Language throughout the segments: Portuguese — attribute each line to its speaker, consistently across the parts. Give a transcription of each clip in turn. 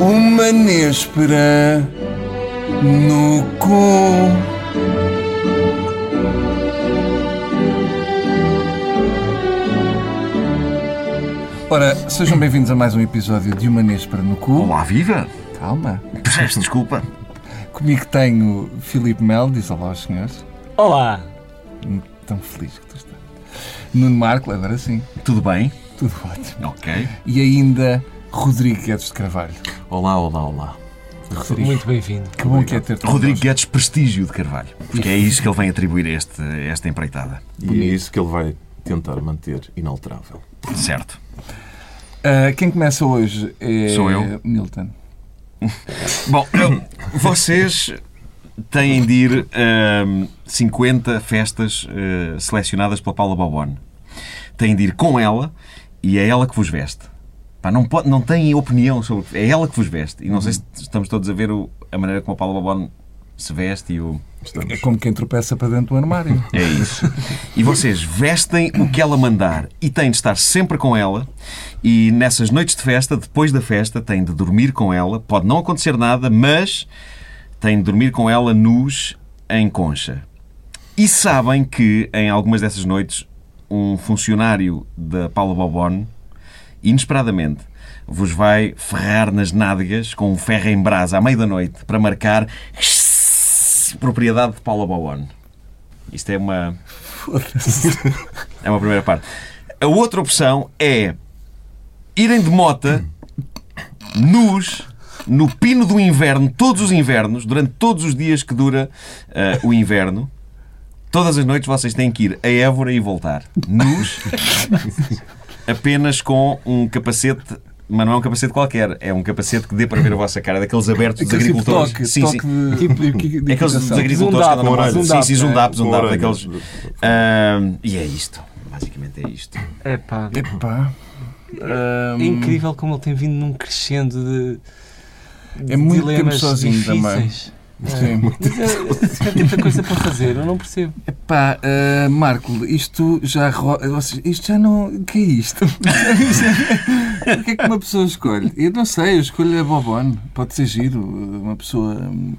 Speaker 1: uma néspera no cu. Ora, sejam bem-vindos a mais um episódio de Uma Néspera no Cu.
Speaker 2: Olá, viva!
Speaker 1: Calma.
Speaker 2: Peço desculpa.
Speaker 1: Comigo tenho Filipe Mel, diz olá aos senhores. Hum,
Speaker 3: Olá!
Speaker 1: Tão feliz que tu estás. Nuno Marco, agora sim.
Speaker 2: Tudo bem?
Speaker 1: Tudo ótimo.
Speaker 2: Ok.
Speaker 1: E ainda Rodrigo Guedes de Carvalho.
Speaker 4: Olá, olá, olá.
Speaker 1: Rodrigo,
Speaker 3: Muito bem-vindo.
Speaker 1: que bom que é ter-te
Speaker 2: Rodrigo
Speaker 1: connosco.
Speaker 2: Guedes, prestígio de Carvalho. Porque é isso que ele vem atribuir a este, a esta empreitada.
Speaker 4: E é isso que ele vai tentar manter inalterável.
Speaker 2: Certo.
Speaker 1: Ah, quem começa hoje é
Speaker 2: Sou eu.
Speaker 1: Milton.
Speaker 2: Bom, vocês têm de ir a 50 festas eh, selecionadas pela Paula Bobone. Têm de ir com ela e é ela que vos veste. Pá, não, pode, não têm opinião sobre. É ela que vos veste. E não sei se estamos todos a ver o- a maneira como a Paula Bobone se veste e o.
Speaker 4: Estamos.
Speaker 1: É como quem tropeça para dentro do armário.
Speaker 2: É isso. E vocês vestem o que ela mandar e têm de estar sempre com ela. E nessas noites de festa, depois da festa, têm de dormir com ela. Pode não acontecer nada, mas têm de dormir com ela nus em concha. E sabem que em algumas dessas noites, um funcionário da Paula Bobone, inesperadamente, vos vai ferrar nas nádegas com um ferro em brasa à meia da noite para marcar propriedade de Paula Bobone. Isto é uma. É uma primeira parte. A outra opção é irem de mota, nus, no pino do inverno, todos os invernos, durante todos os dias que dura ah, o inverno. Todas as noites vocês têm que ir a Évora e voltar. Nus, apenas com um capacete. Mas não é um capacete qualquer, é um capacete que dê para ver a vossa cara, daqueles abertos dos
Speaker 1: Aquele tipo
Speaker 2: agricultores.
Speaker 1: toque,
Speaker 2: Sim, sim. É
Speaker 1: toque de- de- de
Speaker 2: Aqueles dos
Speaker 1: equitação.
Speaker 2: agricultores que andam
Speaker 4: Com
Speaker 2: na
Speaker 4: orelhas.
Speaker 2: Sim, sim,
Speaker 4: Zoom
Speaker 2: zundap,
Speaker 4: dap,
Speaker 2: zundap,
Speaker 4: né? Com
Speaker 2: daqueles.
Speaker 4: orelhas.
Speaker 2: Ahm, e é isto. Basicamente é isto.
Speaker 3: Epá,
Speaker 1: Epá. Ahm,
Speaker 3: é incrível como ele tem vindo num crescendo de. de
Speaker 1: É muito tempo
Speaker 3: dilemas
Speaker 1: sozinho
Speaker 3: difíceis.
Speaker 1: Sim.
Speaker 3: Mas é, é tanta coisa para fazer, eu não percebo.
Speaker 1: Epá, ah, Marco, isto já. ro- vocês- Isto já não. que é isto? o que é que uma pessoa escolhe? Eu não sei, eu escolho a Bobone. Pode ser giro. Uma pessoa. hum,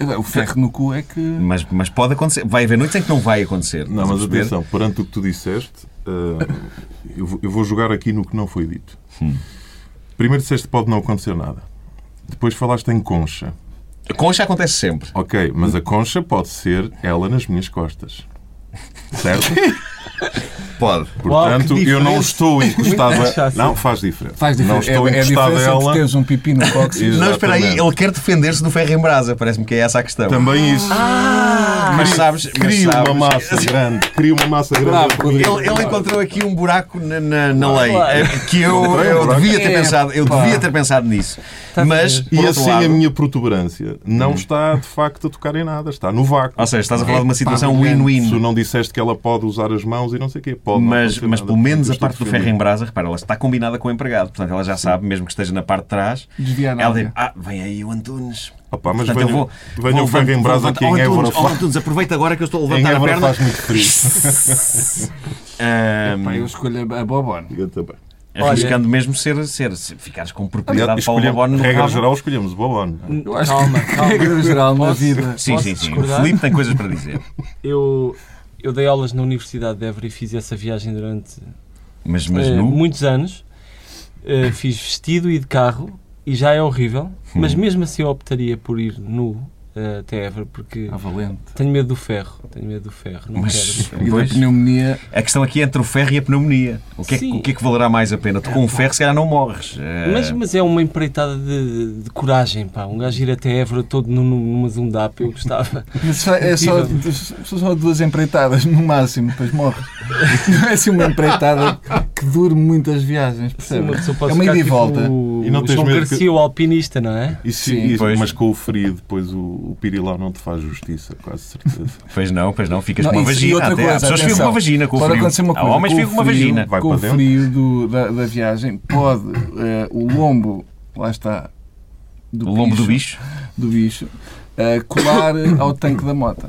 Speaker 1: agora, O ferro no cu é que.
Speaker 2: Mas, mas pode acontecer. Vai haver noites em que não vai acontecer.
Speaker 4: Não,
Speaker 2: estás a
Speaker 4: mas
Speaker 2: perceber?
Speaker 4: atenção, perante o que tu disseste, ah, eu vou- eu vou jogar aqui no que não foi dito. Primeiro disseste que pode não acontecer nada. Depois falaste em concha.
Speaker 2: A concha acontece sempre.
Speaker 4: Ok, mas a concha pode ser ela nas minhas costas. Certo?
Speaker 2: Pode.
Speaker 4: Portanto,
Speaker 3: que
Speaker 4: eu não
Speaker 3: diferença.
Speaker 4: estou encostado
Speaker 3: Muito mais
Speaker 4: a...
Speaker 3: fácil.
Speaker 4: Não, faz diferença.
Speaker 1: Faz diferença.
Speaker 4: Não estou
Speaker 1: é, é a
Speaker 4: encostado
Speaker 1: diferença
Speaker 4: a
Speaker 1: de
Speaker 4: ela.
Speaker 1: teres um pipi no cóccix.
Speaker 2: Não, espera aí,
Speaker 4: Exatamente.
Speaker 2: ele quer defender-se do ferro em brasa. Parece-me que é essa a questão.
Speaker 4: Também isso.
Speaker 1: Ah,
Speaker 2: Mas sabes, mas
Speaker 4: Cria uma
Speaker 2: sabes- Assim,
Speaker 4: massa grande. Cria uma massa
Speaker 1: Bravo,
Speaker 4: grande.
Speaker 1: Rodrigo.
Speaker 2: Ele, ele encontrou aqui um buraco na, na- na lei
Speaker 3: claro.
Speaker 2: eh, que eu,
Speaker 4: Encontrei um
Speaker 2: eu
Speaker 4: buraco.
Speaker 2: devia
Speaker 1: É,
Speaker 2: ter pensado, eu
Speaker 1: pá. Tá
Speaker 2: devia ter pensado nisso. Mas por
Speaker 4: E
Speaker 2: outro
Speaker 4: assim
Speaker 2: lado,
Speaker 4: a minha protuberância não está de facto a tocar em nada, está no vácuo.
Speaker 2: ou seja, estás a falar de uma situação
Speaker 1: É, pá,
Speaker 2: win-win.
Speaker 4: tu não disseste que ela pode usar as mãos e não sei o quê. Pode não
Speaker 2: Mas,
Speaker 4: acontecer
Speaker 2: mas
Speaker 4: nada. tipo
Speaker 2: pelo menos
Speaker 4: Eu
Speaker 2: a
Speaker 4: estou
Speaker 2: parte do
Speaker 4: defendido.
Speaker 2: ferro em brasa, repara, ela está combinada com o empregado. Portanto, ela já sabe, mesmo que esteja na parte de trás,
Speaker 1: Desvia a
Speaker 2: ela
Speaker 1: nádega.
Speaker 2: diz: Ah, vem aí o Antunes.
Speaker 4: Opa, mas
Speaker 2: Portanto, eu
Speaker 4: venha-
Speaker 2: vou.
Speaker 4: venha
Speaker 2: vou
Speaker 4: o ferro em
Speaker 2: levantar-
Speaker 4: brasa
Speaker 2: vou
Speaker 4: aqui
Speaker 2: levantar-
Speaker 4: em
Speaker 2: "Oh,
Speaker 4: Évora,
Speaker 2: Antunes,
Speaker 4: faz-
Speaker 2: oh, Antunes, aproveita agora que eu estou a
Speaker 4: Em
Speaker 2: levantar a
Speaker 4: Évora
Speaker 2: perna.
Speaker 4: faz muito frio.
Speaker 2: Ahm, é
Speaker 1: Pá, eu escolho a- a Bobone.
Speaker 4: Eu também.
Speaker 2: arriscando mesmo ser, ser, se ficares com propriedade para o
Speaker 4: Escolhemos-
Speaker 2: Labone no
Speaker 4: regra
Speaker 2: rabo.
Speaker 4: geral, escolhemos o Bobone.
Speaker 1: Eu acho
Speaker 3: calma,
Speaker 1: que
Speaker 3: calma.
Speaker 1: regra geral na
Speaker 3: Posso-
Speaker 1: vida.
Speaker 2: Sim,
Speaker 3: Posso
Speaker 2: sim, sim. O
Speaker 3: discordar?
Speaker 2: Filipe tem coisas para dizer.
Speaker 3: Eu, eu dei aulas na Universidade de Évora e fiz essa viagem durante
Speaker 2: Mas, mas
Speaker 3: eh,
Speaker 2: nu.
Speaker 3: muitos anos. Eh, fiz vestido e de carro e já é horrível,
Speaker 1: Hum.
Speaker 3: mas mesmo assim eu optaria por ir nu eh, até Évora porque
Speaker 1: Ah, valente.
Speaker 3: tenho medo do ferro. Tenho medo do ferro, não
Speaker 2: Mas,
Speaker 3: quero.
Speaker 1: E da
Speaker 2: pois,
Speaker 1: pneumonia.
Speaker 2: a questão aqui é entre o ferro e a pneumonia. O que é, que-
Speaker 3: Sim.
Speaker 2: o que, é que valerá mais a pena? Tu com o ferro, se calhar, não morres. Eh,
Speaker 3: Mas, mas é uma empreitada de, de- de coragem, pá. Um gajo ir até Évora todo nu- nu- numa Zundap, eu gostava.
Speaker 1: Mas só, é só, são só duas empreitadas, no máximo, depois morre. Não é assim uma empreitada que dure muitas viagens,
Speaker 3: Sim,
Speaker 1: percebe?
Speaker 3: uma pessoa pode
Speaker 1: É uma ida
Speaker 3: ficar
Speaker 1: e volta.
Speaker 3: Tipo, o-
Speaker 4: E não
Speaker 3: o
Speaker 4: tens
Speaker 3: João
Speaker 4: medo
Speaker 3: Garcia,
Speaker 4: que-
Speaker 3: o alpinista, não é?
Speaker 4: Isso,
Speaker 1: Sim,
Speaker 4: isso-
Speaker 2: pois.
Speaker 4: mas com o frio, depois o, o pirilau não te faz justiça, quase certeza.
Speaker 2: Pois não, pois não, ficas
Speaker 1: Não,
Speaker 2: com uma
Speaker 1: isso- e
Speaker 2: vagina.
Speaker 1: outra
Speaker 2: até. Há
Speaker 1: coisa,
Speaker 2: pessoas que ficam com
Speaker 1: atenção.
Speaker 2: uma vagina com o
Speaker 1: Pode
Speaker 2: frio.
Speaker 1: acontecer uma coisa.
Speaker 2: Há homens
Speaker 1: com
Speaker 2: que
Speaker 1: o
Speaker 2: ficam com uma
Speaker 1: frio-
Speaker 2: vagina.
Speaker 4: Vai
Speaker 1: com
Speaker 4: para
Speaker 1: o
Speaker 4: dentro.
Speaker 1: frio do- da, da viagem, pode eh, o lombo, lá está, do
Speaker 2: O lombo
Speaker 1: bicho,
Speaker 2: do bicho.
Speaker 1: do bicho, eh, colar ao tanque da moto.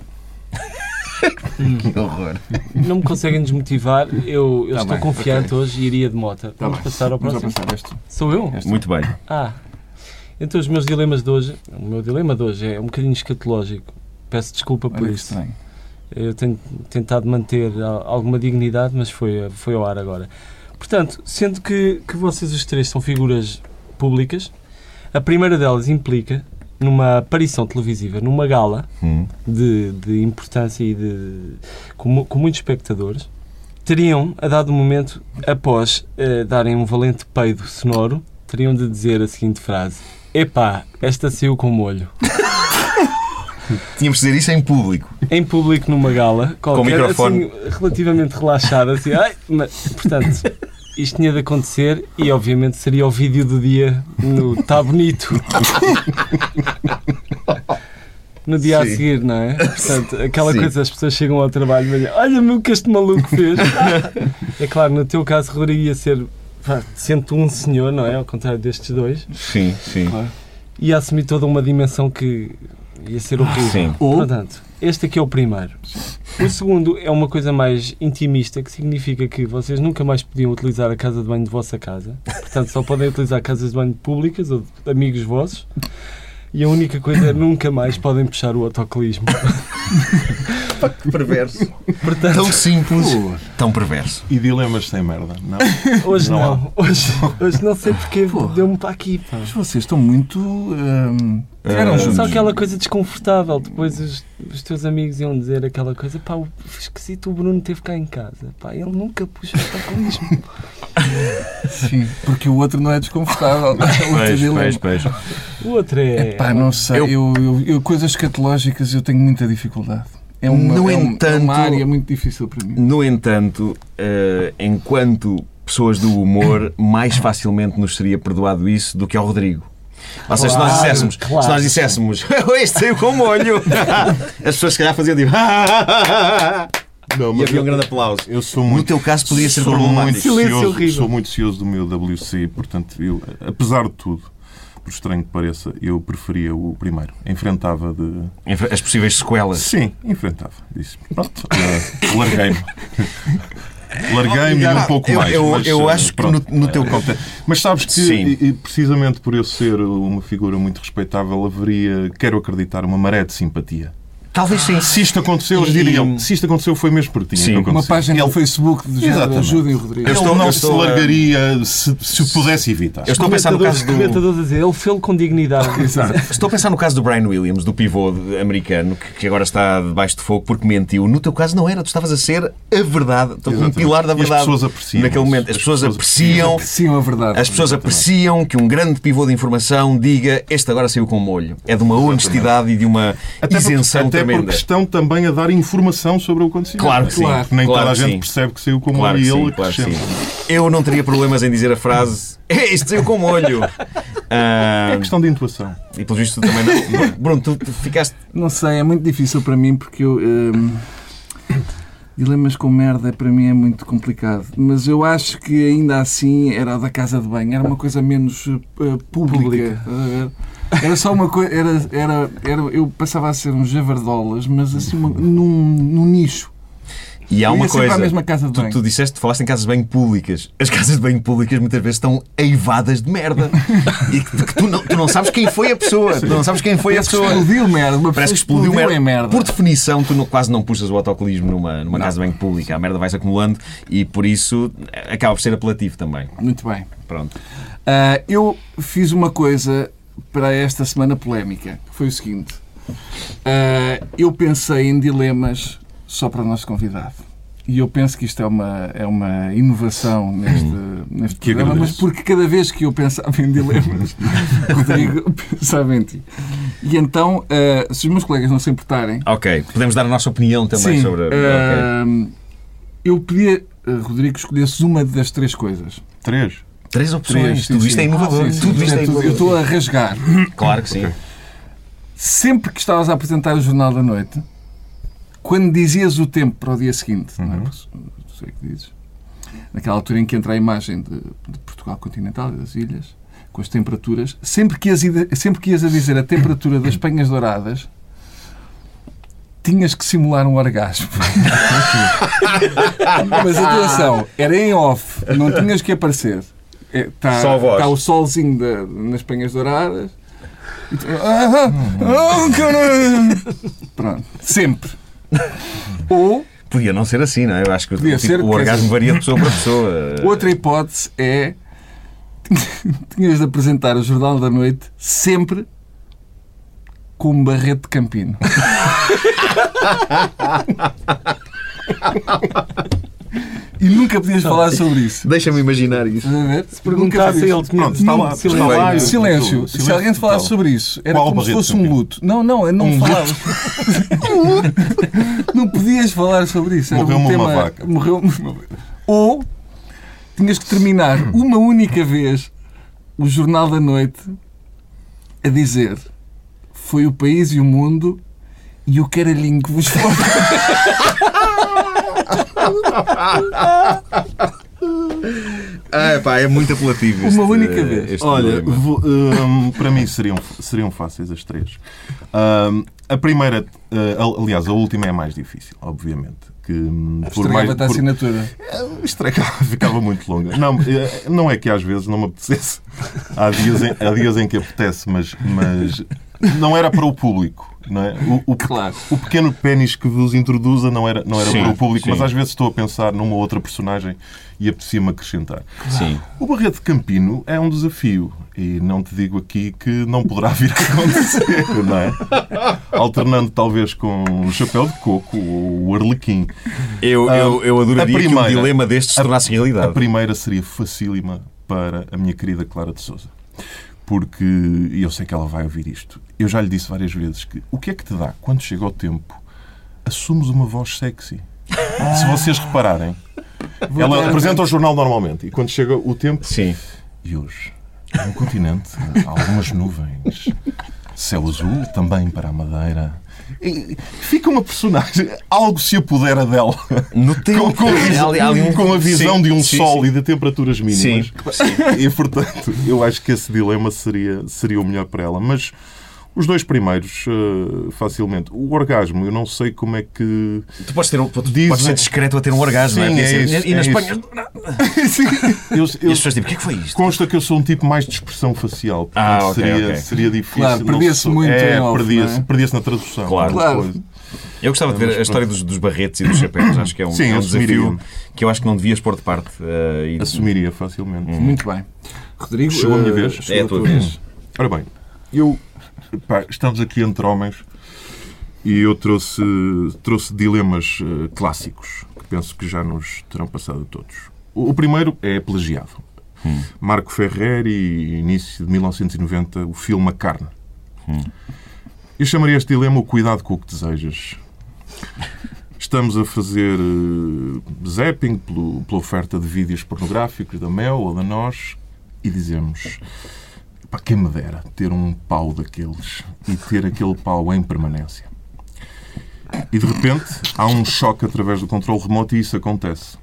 Speaker 2: Que horror.
Speaker 3: Não me conseguem desmotivar. Eu, eu
Speaker 1: Tá
Speaker 3: estou
Speaker 1: bem,
Speaker 3: confiante hoje e iria de mota. Tá Vamos
Speaker 1: bem.
Speaker 3: passar ao
Speaker 1: Vamos
Speaker 3: próximo.
Speaker 2: É.
Speaker 1: passar este.
Speaker 3: Sou eu?
Speaker 2: Muito bem.
Speaker 3: Ah. Então, os meus dilemas de hoje, o meu dilema de hoje é um bocadinho escatológico. Peço desculpa por
Speaker 1: Olha que
Speaker 3: isso.
Speaker 1: estranho.
Speaker 3: Eu tenho tentado manter a- alguma dignidade, mas foi, foi ao ar agora. Portanto, sendo que, que vocês os três são figuras públicas, a primeira delas implica numa aparição televisiva, numa gala
Speaker 2: Hum.
Speaker 3: de, de importância e de com, mu- com muitos espectadores, teriam, a dado momento, após eh, darem um valente peido sonoro, teriam de dizer a seguinte frase: Epá, esta saiu com molho.
Speaker 2: Tínhamos de dizer isso em público.
Speaker 3: em público numa gala, qualquer,
Speaker 2: microfone.
Speaker 3: assim, relativamente relaxada, assim, ai, mas, portanto, isto tinha de acontecer e obviamente seria o vídeo do dia no Tá Bonito. No dia
Speaker 2: Sim.
Speaker 3: a seguir, não é? Portanto, aquela
Speaker 2: Sim.
Speaker 3: coisa, as pessoas chegam ao trabalho e dizem, olha-me o que este maluco fez. é claro, no teu caso, Rodrigo ia ser, pá, sendo um senhor, não é? Ao contrário destes dois,
Speaker 2: Sim, sim.
Speaker 3: ia assumir toda uma dimensão que ia ser horrível.
Speaker 2: Sim.
Speaker 1: Ou-
Speaker 3: Portanto, este aqui é o primeiro. O segundo é uma coisa mais intimista, que significa que vocês nunca mais podiam utilizar a casa de banho de vossa casa. Portanto, só podem utilizar casas de banho públicas ou de amigos vossos. E a única coisa é nunca mais podem puxar o autocolismo.
Speaker 2: Perverso.
Speaker 1: É
Speaker 3: Portanto,
Speaker 2: Tão simples.
Speaker 1: Pô,
Speaker 2: Tão perverso.
Speaker 4: E dilemas sem merda, não?
Speaker 3: hoje
Speaker 4: não
Speaker 3: não. Hoje, hoje não sei porque
Speaker 1: Pô.
Speaker 3: deu-me para aqui. Pá.
Speaker 1: mas vocês estão muito. hum, tiveram
Speaker 2: Ah,
Speaker 1: juntos.
Speaker 3: Só aquela coisa desconfortável. Depois os, os teus amigos iam dizer aquela coisa: pá, o esquisito, o Bruno teve cá em casa. Pá, ele nunca puxa o autocolismo.
Speaker 1: Sim, porque o outro não é um desconfortável. O outro dilema.
Speaker 2: pois.
Speaker 3: O outro é.
Speaker 1: Epá, não sei.
Speaker 2: Eu-
Speaker 1: Eu, eu- eu- coisas escatológicas eu tenho muita dificuldade. É uma,
Speaker 2: No
Speaker 1: é um- é
Speaker 2: entanto-
Speaker 1: uma área muito difícil para mim.
Speaker 2: No entanto, eh, enquanto pessoas do humor, mais facilmente nos seria perdoado isso do que ao Rodrigo. Ou seja, se nós
Speaker 3: Claro,
Speaker 2: disséssemos,
Speaker 3: claro.
Speaker 2: se nós disséssemos, este saiu com molho, as pessoas se calhar faziam tipo,
Speaker 4: Não,
Speaker 2: e havia um grande aplauso.
Speaker 4: Eu sou
Speaker 2: ah, No
Speaker 4: muito.
Speaker 2: teu caso poderia ser
Speaker 4: sou muito
Speaker 2: problemático.
Speaker 3: Silêncio
Speaker 4: cioso-
Speaker 3: horrível.
Speaker 4: Sou muito cioso do meu WC, portanto, eu, apesar de tudo, por estranho que pareça, eu preferia o primeiro. Enfrentava de.
Speaker 2: As possíveis sequelas.
Speaker 4: Sim, enfrentava. Disse, pronto, eh, larguei-me. Larguei-me e um pouco
Speaker 2: eu,
Speaker 4: mais.
Speaker 2: Eu,
Speaker 4: mas,
Speaker 2: eu
Speaker 4: eh,
Speaker 2: acho que no,
Speaker 4: pronto.
Speaker 2: no teu conta.
Speaker 4: Mas sabes que,
Speaker 2: Sim.
Speaker 4: e- e precisamente por eu ser uma figura muito respeitável, haveria, quero acreditar, uma maré de simpatia.
Speaker 2: Talvez sim.
Speaker 4: Se isto aconteceu, eles
Speaker 2: E-
Speaker 4: diriam: se isto aconteceu, foi mesmo por ti.
Speaker 2: Sim.
Speaker 4: então
Speaker 1: Uma
Speaker 4: aconteceu."
Speaker 1: página no Facebook do género
Speaker 4: Exatamente.
Speaker 1: Ajudem o Rodrigo.
Speaker 4: Ele
Speaker 2: estou-
Speaker 4: não
Speaker 2: eu
Speaker 4: se
Speaker 2: estou a-
Speaker 4: largaria se, se o pudesse evitar.
Speaker 2: Eu estou a pensar no
Speaker 3: Comentadores-
Speaker 2: caso do.
Speaker 3: comentadores a dizer, ele fez com dignidade.
Speaker 2: Estou a pensar no caso do Brian Williams, do pivô de- americano, que, que agora está debaixo de fogo porque mentiu. No teu caso não era, tu estavas a ser a verdade, um
Speaker 4: Exatamente.
Speaker 2: pilar da
Speaker 4: E as
Speaker 2: verdade.
Speaker 4: pessoas apreciam
Speaker 2: Naquele
Speaker 4: isso.
Speaker 2: momento, as
Speaker 4: As
Speaker 2: pessoas
Speaker 4: pessoas
Speaker 2: apreciam.
Speaker 1: Sim, a verdade.
Speaker 2: As pessoas apreciam que um grande pivô de informação diga este agora saiu com molho. É de uma honestidade e de uma
Speaker 4: Até porque-
Speaker 2: isenção
Speaker 4: até
Speaker 2: tremenda.
Speaker 4: porque estão também a dar informação sobre o acontecido.
Speaker 2: Claro que sim.
Speaker 1: Claro.
Speaker 4: Nem
Speaker 2: Claro
Speaker 4: toda a
Speaker 2: que
Speaker 4: gente
Speaker 2: sim.
Speaker 4: percebe que saiu como
Speaker 2: Claro
Speaker 4: ele
Speaker 2: que
Speaker 4: e
Speaker 2: sim,
Speaker 4: ele
Speaker 2: claro que
Speaker 4: acrescenta.
Speaker 2: sim. Eu não teria problemas em dizer a frase "É, isto saiu com molho. Ah,
Speaker 4: É questão de intuação.
Speaker 2: e pelo visto tu também não. Bruno, tu, tu ficaste.
Speaker 1: Não sei, é muito difícil para mim porque eu. hum, dilemas com merda para mim é muito complicado. Mas eu acho que ainda assim era da casa de banho, era uma coisa menos eh, pública.
Speaker 3: Pública.
Speaker 1: estás a ver? Era só uma coisa. Era, era, era, eu passava a ser um javardolas, mas assim uma- num, num nicho.
Speaker 2: E há
Speaker 1: Eu ia
Speaker 2: uma
Speaker 1: sempre
Speaker 2: coisa.
Speaker 1: à mesma casa de
Speaker 2: Tu,
Speaker 1: banho.
Speaker 2: tu disseste, falaste em casas de banho públicas. As casas de banho públicas muitas vezes estão eivadas de merda. E que, que tu, não, tu não sabes quem foi a pessoa. Tu não sabes quem foi a
Speaker 1: Parece que
Speaker 2: pessoa.
Speaker 1: explodiu merda. Uma
Speaker 2: Parece que
Speaker 1: pessoa
Speaker 2: explodiu merda.
Speaker 1: em merda.
Speaker 2: Por definição, tu não- quase não puxas o autocolismo numa, numa
Speaker 1: Não.
Speaker 2: casa de banho pública. A merda vai-se acumulando e por isso eh, acaba por ser apelativo também.
Speaker 1: Muito bem.
Speaker 2: Pronto.
Speaker 1: Ah, eu fiz uma coisa para esta semana polémica, que foi o seguinte. Ah, eu pensei em dilemas só para o nosso convidado. E eu penso que isto é uma, é uma inovação neste,
Speaker 2: Hum.
Speaker 1: neste
Speaker 4: Que
Speaker 1: programa, mas
Speaker 4: agradeço.
Speaker 1: porque cada vez que eu pensava em dilemas, Rodrigo, eu pensava em ti. E então, ah, se os meus colegas não se importarem,
Speaker 2: Ok. Podemos dar a nossa opinião também
Speaker 1: Sim,
Speaker 2: sobre. ok.
Speaker 1: ah, eu pedia, ah, Rodrigo, que escolhesse uma das três coisas.
Speaker 4: Três.
Speaker 2: Três
Speaker 1: Três,
Speaker 2: opções.
Speaker 1: sim,
Speaker 2: tudo
Speaker 1: sim.
Speaker 2: isto é inovador.
Speaker 1: Sim, sim,
Speaker 2: tudo isto é,
Speaker 1: tudo. Eu
Speaker 2: inovador.
Speaker 1: estou a rasgar.
Speaker 2: Claro que sim.
Speaker 1: sempre que estavas a apresentar o Jornal da Noite, quando dizias o tempo para o dia seguinte, não é?
Speaker 4: Uhum.
Speaker 1: Não sei o que dizes, naquela altura em que entra a imagem de, de Portugal continental e das ilhas, com as temperaturas, sempre que, ias, ide- sempre que ias a dizer a temperatura das penhas douradas, tinhas que simular um orgasmo. Mas atenção, era em off, não tinhas que aparecer. É, tá, Está
Speaker 2: Só a voz.
Speaker 1: o solzinho da- nas penhas douradas, E tu, ah, ah, ah, caralho. Pronto, sempre. Ou
Speaker 2: Podia não ser assim, não é? Eu acho que o,
Speaker 1: Podia
Speaker 2: tipo,
Speaker 1: ser,
Speaker 2: o
Speaker 1: quer
Speaker 2: orgasmo
Speaker 1: dizer-
Speaker 2: varia de pessoa para pessoa.
Speaker 1: outra hipótese é tinhas de apresentar o Jornal da Noite sempre com um barrete de campino. e nunca podias falar sobre isso.
Speaker 2: Deixa-me imaginar isso.
Speaker 1: Estás a ver? Se
Speaker 3: Perguntasse a ele, é tinha
Speaker 4: Pronto, está lá.
Speaker 3: silêncio.
Speaker 4: Está lá.
Speaker 1: Silêncio. Se alguém te falasse
Speaker 4: total.
Speaker 1: sobre isso, era
Speaker 4: Qual
Speaker 1: como se
Speaker 4: barreto
Speaker 1: fosse um
Speaker 4: campeão?
Speaker 1: luto. Não, não, eu não
Speaker 4: Um
Speaker 1: falava. Um não podias falar sobre isso. Era
Speaker 4: Morreu-me
Speaker 1: um
Speaker 4: uma
Speaker 1: tema...
Speaker 4: vaca.
Speaker 1: Morreu Ou tinhas que terminar uma única vez o Jornal da Noite a dizer foi o país e o mundo e o caralhinho que vos foi.
Speaker 2: Ah, pá, é muito apelativo.
Speaker 1: Uma
Speaker 2: este-
Speaker 1: única vez.
Speaker 2: este é um
Speaker 4: Olha,
Speaker 2: dilema.
Speaker 4: vou- hum, para mim seriam, seriam fáceis as três. Hum, a primeira, eh, al- aliás, a última é a mais difícil, obviamente. Que, hum, por mais,
Speaker 1: Estragava-te a
Speaker 4: por,
Speaker 1: assinatura.
Speaker 4: estragava, ficava muito longa. Não, eh, não é que às vezes não me apetecesse. Há dias em, há dias em que apetece, mas, mas não era para o público. Não é? o, o, pe-
Speaker 1: Claro.
Speaker 4: o pequeno pênis que vos introduza não era, não era
Speaker 2: Sim,
Speaker 4: para o público,
Speaker 2: sim.
Speaker 4: mas às vezes estou a pensar numa outra personagem e apetecia-me acrescentar.
Speaker 2: Sim.
Speaker 4: O Barreto de Campino é um desafio e não te digo aqui que não poderá vir a acontecer, não é? Alternando talvez com o chapéu de coco ou o arlequim.
Speaker 2: Eu, eu, eu adoraria
Speaker 4: a
Speaker 2: que um
Speaker 4: primeira-
Speaker 2: dilema destes se
Speaker 4: a-
Speaker 2: tornasse
Speaker 4: A
Speaker 2: realidade.
Speaker 4: primeira seria facílima para a minha querida Clara de Souza. Porque e eu sei que ela vai ouvir isto. Eu já lhe disse várias vezes que o que é que te dá quando chega o tempo? Assumes uma voz sexy. Se vocês repararem, ela apresenta o jornal normalmente e quando chega o tempo,
Speaker 2: Sim.
Speaker 4: e hoje, no continente, há algumas nuvens. Céu azul também para a Madeira. E fica uma personagem, algo se apodera dela.
Speaker 2: No tempo.
Speaker 4: Com, com-
Speaker 2: Ali- ali um-
Speaker 4: com a visão
Speaker 2: Sim,
Speaker 4: de um
Speaker 2: sim,
Speaker 4: sol
Speaker 2: sim.
Speaker 4: e de temperaturas mínimas.
Speaker 2: Sim.
Speaker 4: E portanto, eu acho que esse dilema seria, seria o melhor para ela. Mas os dois primeiros, eh, facilmente. O orgasmo, eu não sei como é que.
Speaker 2: Tu podes, ter, um- tu
Speaker 4: Dizem-
Speaker 2: podes ser discreto a ter um orgasmo.
Speaker 4: Sim,
Speaker 2: não é?
Speaker 4: é isso,
Speaker 2: e na
Speaker 4: é
Speaker 2: Espanha.
Speaker 4: Eu,
Speaker 2: E
Speaker 4: eu-
Speaker 2: as pessoas dizem: o que é que foi isto?
Speaker 4: Consta que eu sou um tipo mais de expressão facial. Portanto,
Speaker 2: Ah, ok,
Speaker 4: seria,
Speaker 2: ok.
Speaker 4: seria difícil.
Speaker 1: Claro,
Speaker 4: não
Speaker 1: perdia-se
Speaker 4: sou-
Speaker 1: muito
Speaker 4: É,
Speaker 1: em off,
Speaker 4: perdia-se
Speaker 1: não é?
Speaker 4: perdia-se na tradução.
Speaker 2: Claro.
Speaker 1: Claro.
Speaker 4: Depois.
Speaker 2: Eu gostava de ver a história dos, dos barretes e dos chapéus. Acho que é um,
Speaker 4: Sim,
Speaker 2: é um
Speaker 4: eu
Speaker 2: desafio
Speaker 4: assumiria.
Speaker 2: que eu acho que não devias pôr de parte. eh, e-
Speaker 4: Assumiria facilmente.
Speaker 2: Uhum.
Speaker 1: Muito bem. Rodrigo,
Speaker 4: Chegou a minha
Speaker 1: eh,
Speaker 4: vez?
Speaker 1: chegou
Speaker 2: É a tua vez.
Speaker 4: Ora bem, eu. pá, estamos aqui entre homens e eu trouxe, trouxe dilemas eh, clássicos que penso que já nos terão passado a todos. O, o primeiro é plagiado. Marco Ferreri, início de 1990, o filme A Carne. Eu chamaria este dilema o cuidado com o que desejas. Estamos a fazer eh, zapping pelo- pela oferta de vídeos pornográficos da Mel ou da Nós e dizemos Pá, quem me dera ter um pau daqueles e ter aquele pau em permanência. E de repente há um choque através do controle remoto e isso acontece.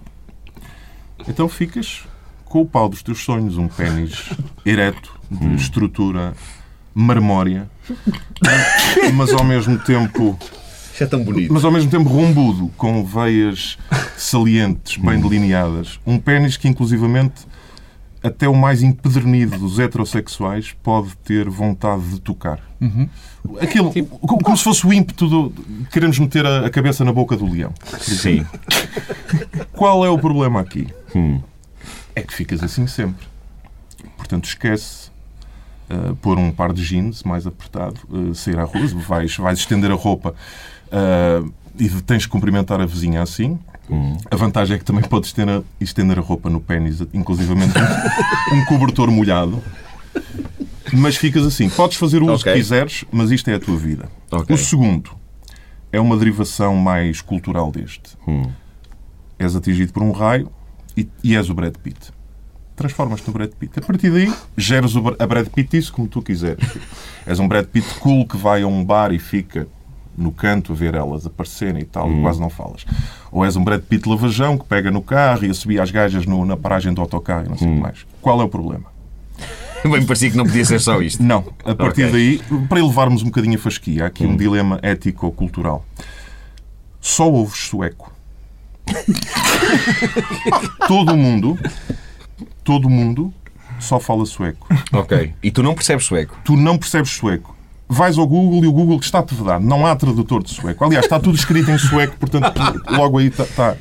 Speaker 4: Então ficas com o pau dos teus sonhos, um pênis ereto, de estrutura marmória, mas ao mesmo tempo
Speaker 2: Isto é tão bonito.
Speaker 4: mas ao mesmo tempo rombudo, com veias salientes, bem delineadas. Um pênis que, inclusivamente, até o mais empedernido dos heterossexuais pode ter vontade de tocar. Aquilo, co- como se fosse o ímpeto do, de queremos meter a, a cabeça na boca do leão.
Speaker 2: Sim.
Speaker 4: Qual é o problema aqui?
Speaker 2: Hum.
Speaker 4: É que ficas assim sempre. Portanto, esquece uh, pôr um par de jeans mais apertado, uh, sair à rua, vais, vais estender a roupa uh, e tens de cumprimentar a vizinha assim. A vantagem é que também podes ter a- estender a roupa no pênis, inclusivamente um, um cobertor molhado. Mas ficas assim. Podes fazer o uso
Speaker 2: Ok.
Speaker 4: que quiseres, mas isto é a tua vida.
Speaker 2: Ok.
Speaker 4: O segundo é uma derivação mais cultural deste.
Speaker 2: Hum.
Speaker 4: És atingido por um raio e, e és o Brad Pitt. Transformas-te no Brad Pitt. A partir daí, geras o, Br- a Brad Pitt isso como tu quiseres. és um Brad Pitt cool que vai a um bar e fica no canto a ver elas aparecerem e
Speaker 2: Hum.
Speaker 4: tal, e quase não falas. Ou és um Brad Pitt lavajão que pega no carro e a subir às gajas no- na paragem do autocarro e não sei o
Speaker 2: Hum.
Speaker 4: que mais. Qual é o problema?
Speaker 2: Bem, me parecia que não podia ser só isto.
Speaker 4: Não, a partir
Speaker 2: Ok.
Speaker 4: daí, para elevarmos um bocadinho a fasquia, há aqui um dilema ético-cultural. Só ouves sueco. todo mundo, todo mundo só fala sueco.
Speaker 2: Ok. E tu não percebes sueco.
Speaker 4: Tu não percebes sueco. Vais ao Google e o Google está-te vedado. Não há tradutor de sueco. Aliás, está tudo escrito em sueco, portanto, logo aí está. está.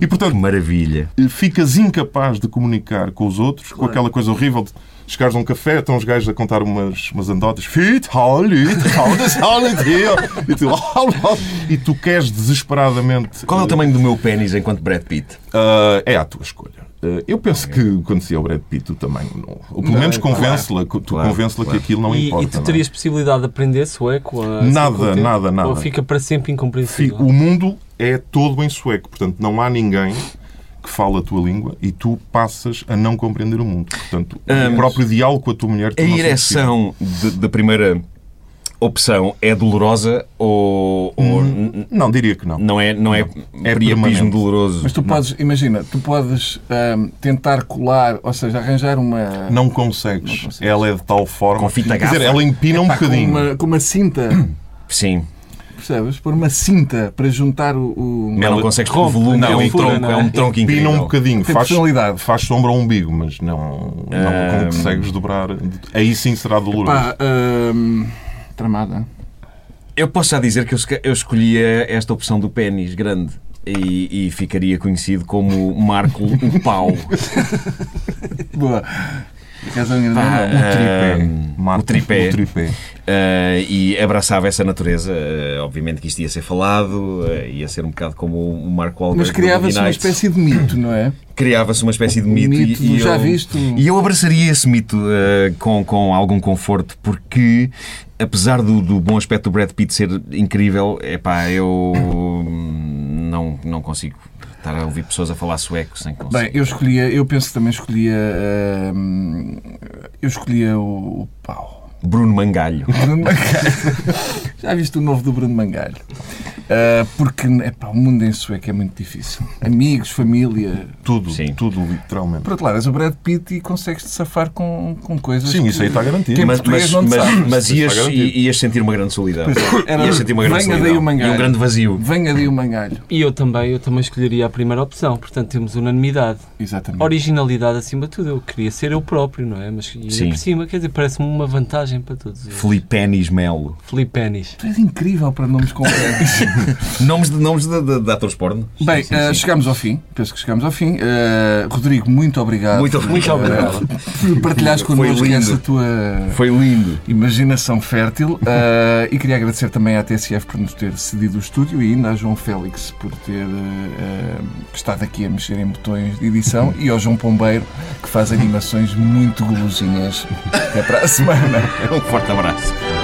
Speaker 4: E, portanto,
Speaker 2: Maravilha.
Speaker 4: ficas incapaz de comunicar com os outros, com aquela coisa horrível de chegares a um café, estão os gajos a contar umas, umas andotas. Fit, holy, holy, holy, dear. E tu, e tu queres desesperadamente.
Speaker 2: Qual é o tamanho do meu pênis enquanto Brad Pitt?
Speaker 4: Ah, é à tua escolha. Ah, eu penso que quando se é o Brad Pitt, o tamanho não. Ou pelo menos convence-la, tu
Speaker 2: Claro,
Speaker 4: convence-la
Speaker 2: claro.
Speaker 4: que aquilo não
Speaker 3: e,
Speaker 4: importa.
Speaker 3: e tu
Speaker 4: não é?
Speaker 3: terias possibilidade de aprender sueco? ah, assim,
Speaker 4: Nada,
Speaker 3: com o tempo?
Speaker 4: nada, nada.
Speaker 3: Ou fica para sempre
Speaker 4: Fi-
Speaker 3: incompreensível?
Speaker 4: O mundo é todo em sueco, portanto não há ninguém que fale a tua língua e tu passas a não compreender o mundo. Portanto, o próprio diálogo com a tua mulher...
Speaker 2: A
Speaker 4: torna-se impossível.
Speaker 2: ereção de- da primeira opção é dolorosa ou, ou n-
Speaker 4: Não, diria que não.
Speaker 2: não é, Hum. não é,
Speaker 4: É
Speaker 2: priapismo
Speaker 4: permanente.
Speaker 2: doloroso?
Speaker 1: Mas tu podes, imagina, tu podes ahm, tentar colar, ou seja, arranjar uma.
Speaker 2: um
Speaker 4: Não consegues. Ela é de tal forma...
Speaker 2: Com fita
Speaker 4: Quer dizer,
Speaker 2: gafa.
Speaker 4: ela empina um
Speaker 1: Pá, com
Speaker 4: bocadinho.
Speaker 1: uma, com uma cinta,
Speaker 2: Sim.
Speaker 1: percebes? Por uma cinta para juntar o. o-
Speaker 2: Mas não
Speaker 4: Ela-
Speaker 2: consegues com o volume,
Speaker 4: Não,
Speaker 2: é um
Speaker 3: fura,
Speaker 2: tronco,
Speaker 3: não
Speaker 2: é
Speaker 3: é?
Speaker 2: um tronco
Speaker 4: Empina
Speaker 2: incrível.
Speaker 4: um bocadinho.
Speaker 1: Tem
Speaker 4: Faz,
Speaker 1: personalidade.
Speaker 4: faz sombra ao umbigo, mas não, não
Speaker 2: Ahm.
Speaker 4: consegues dobrar. Aí sim será doloroso.
Speaker 1: Pá, ahm, tramada.
Speaker 2: Eu posso já dizer que eu, esca- eu escolhia esta opção do pênis grande e, e ficaria conhecido como Marco o Pau.
Speaker 1: Boa. Casa grande
Speaker 2: Pá, é um
Speaker 1: nome.
Speaker 4: o tripé.
Speaker 2: ahm,
Speaker 4: Marco,
Speaker 2: Ah, o tripé.
Speaker 4: O tripé.
Speaker 2: Ah, e abraçava essa natureza. Ah, obviamente que isto ia ser falado, ah, ia ser um bocado como o Marco Alberto.
Speaker 1: Mas
Speaker 2: do
Speaker 1: criava-se uma
Speaker 2: Midnight.
Speaker 1: espécie de mito, não é?
Speaker 2: criava-se uma espécie de
Speaker 1: Um
Speaker 2: um mito,
Speaker 1: mito
Speaker 2: e, e
Speaker 1: do já
Speaker 2: eu,
Speaker 1: visto.
Speaker 2: e eu abraçaria esse mito eh, com, com algum conforto porque apesar do, do bom aspecto do Brad Pitt ser incrível é eu hum, não não consigo estar a ouvir pessoas a falar sueco sem que
Speaker 1: Bem, eu escolhia, eu penso que também escolhia. ahm, eu escolhia o, o pau.
Speaker 2: Bruno Mangalho
Speaker 1: Bruno Mangalho. Já viste o novo do Bruno Mangalho? Ah, porque epá, o mundo em sueco é muito difícil. Amigos, família.
Speaker 4: Tudo,
Speaker 2: Sim.
Speaker 4: tudo literalmente.
Speaker 1: Por outro lado, és o Brad Pitt e consegues-te safar com, com coisas.
Speaker 4: Sim,
Speaker 1: que-
Speaker 4: isso aí
Speaker 2: tá
Speaker 4: está garantido.
Speaker 1: Quem-
Speaker 2: mas, mas,
Speaker 1: português não te
Speaker 2: mas-
Speaker 1: sabe,
Speaker 2: mas
Speaker 4: isso está
Speaker 2: ias,
Speaker 4: garantido.
Speaker 2: ias sentir uma grande solidão
Speaker 1: Pois é, era-
Speaker 2: ias sentir uma grande
Speaker 1: venha daí
Speaker 2: solidão
Speaker 1: o Mangalho.
Speaker 2: e um grande vazio
Speaker 1: Venha daí o Mangalho.
Speaker 3: E eu também, eu também escolheria a primeira opção, portanto temos unanimidade.
Speaker 1: Exatamente.
Speaker 3: Originalidade acima de tudo, eu queria ser eu próprio, não é? Mas e ainda
Speaker 2: Sim.
Speaker 3: por cima, quer dizer, parece-me uma vantagem para todos.
Speaker 2: Filipenis Melo
Speaker 3: Felipe Penis.
Speaker 1: Tu és incrível para nomes complexos.
Speaker 2: nomes de, nomes de, de, de atores porno
Speaker 1: Bem,
Speaker 2: Sim, sim,
Speaker 1: ah,
Speaker 2: sim.
Speaker 1: chegamos ao fim. Penso que chegamos ao fim. Ah, Rodrigo, muito obrigado. ah,
Speaker 2: Muito obrigado.
Speaker 3: Muito obrigado.
Speaker 1: por partilhares
Speaker 2: Foi
Speaker 1: connosco
Speaker 2: lindo.
Speaker 1: essa tua
Speaker 2: foi lindo
Speaker 1: imaginação fértil eh, e queria agradecer também à TSF por nos ter cedido o estúdio e ainda a João Félix por ter eh, eh, estado aqui a mexer em botões de edição e ao João Pombeiro que faz animações muito golosinhas. Até para a semana.
Speaker 2: um forte abraço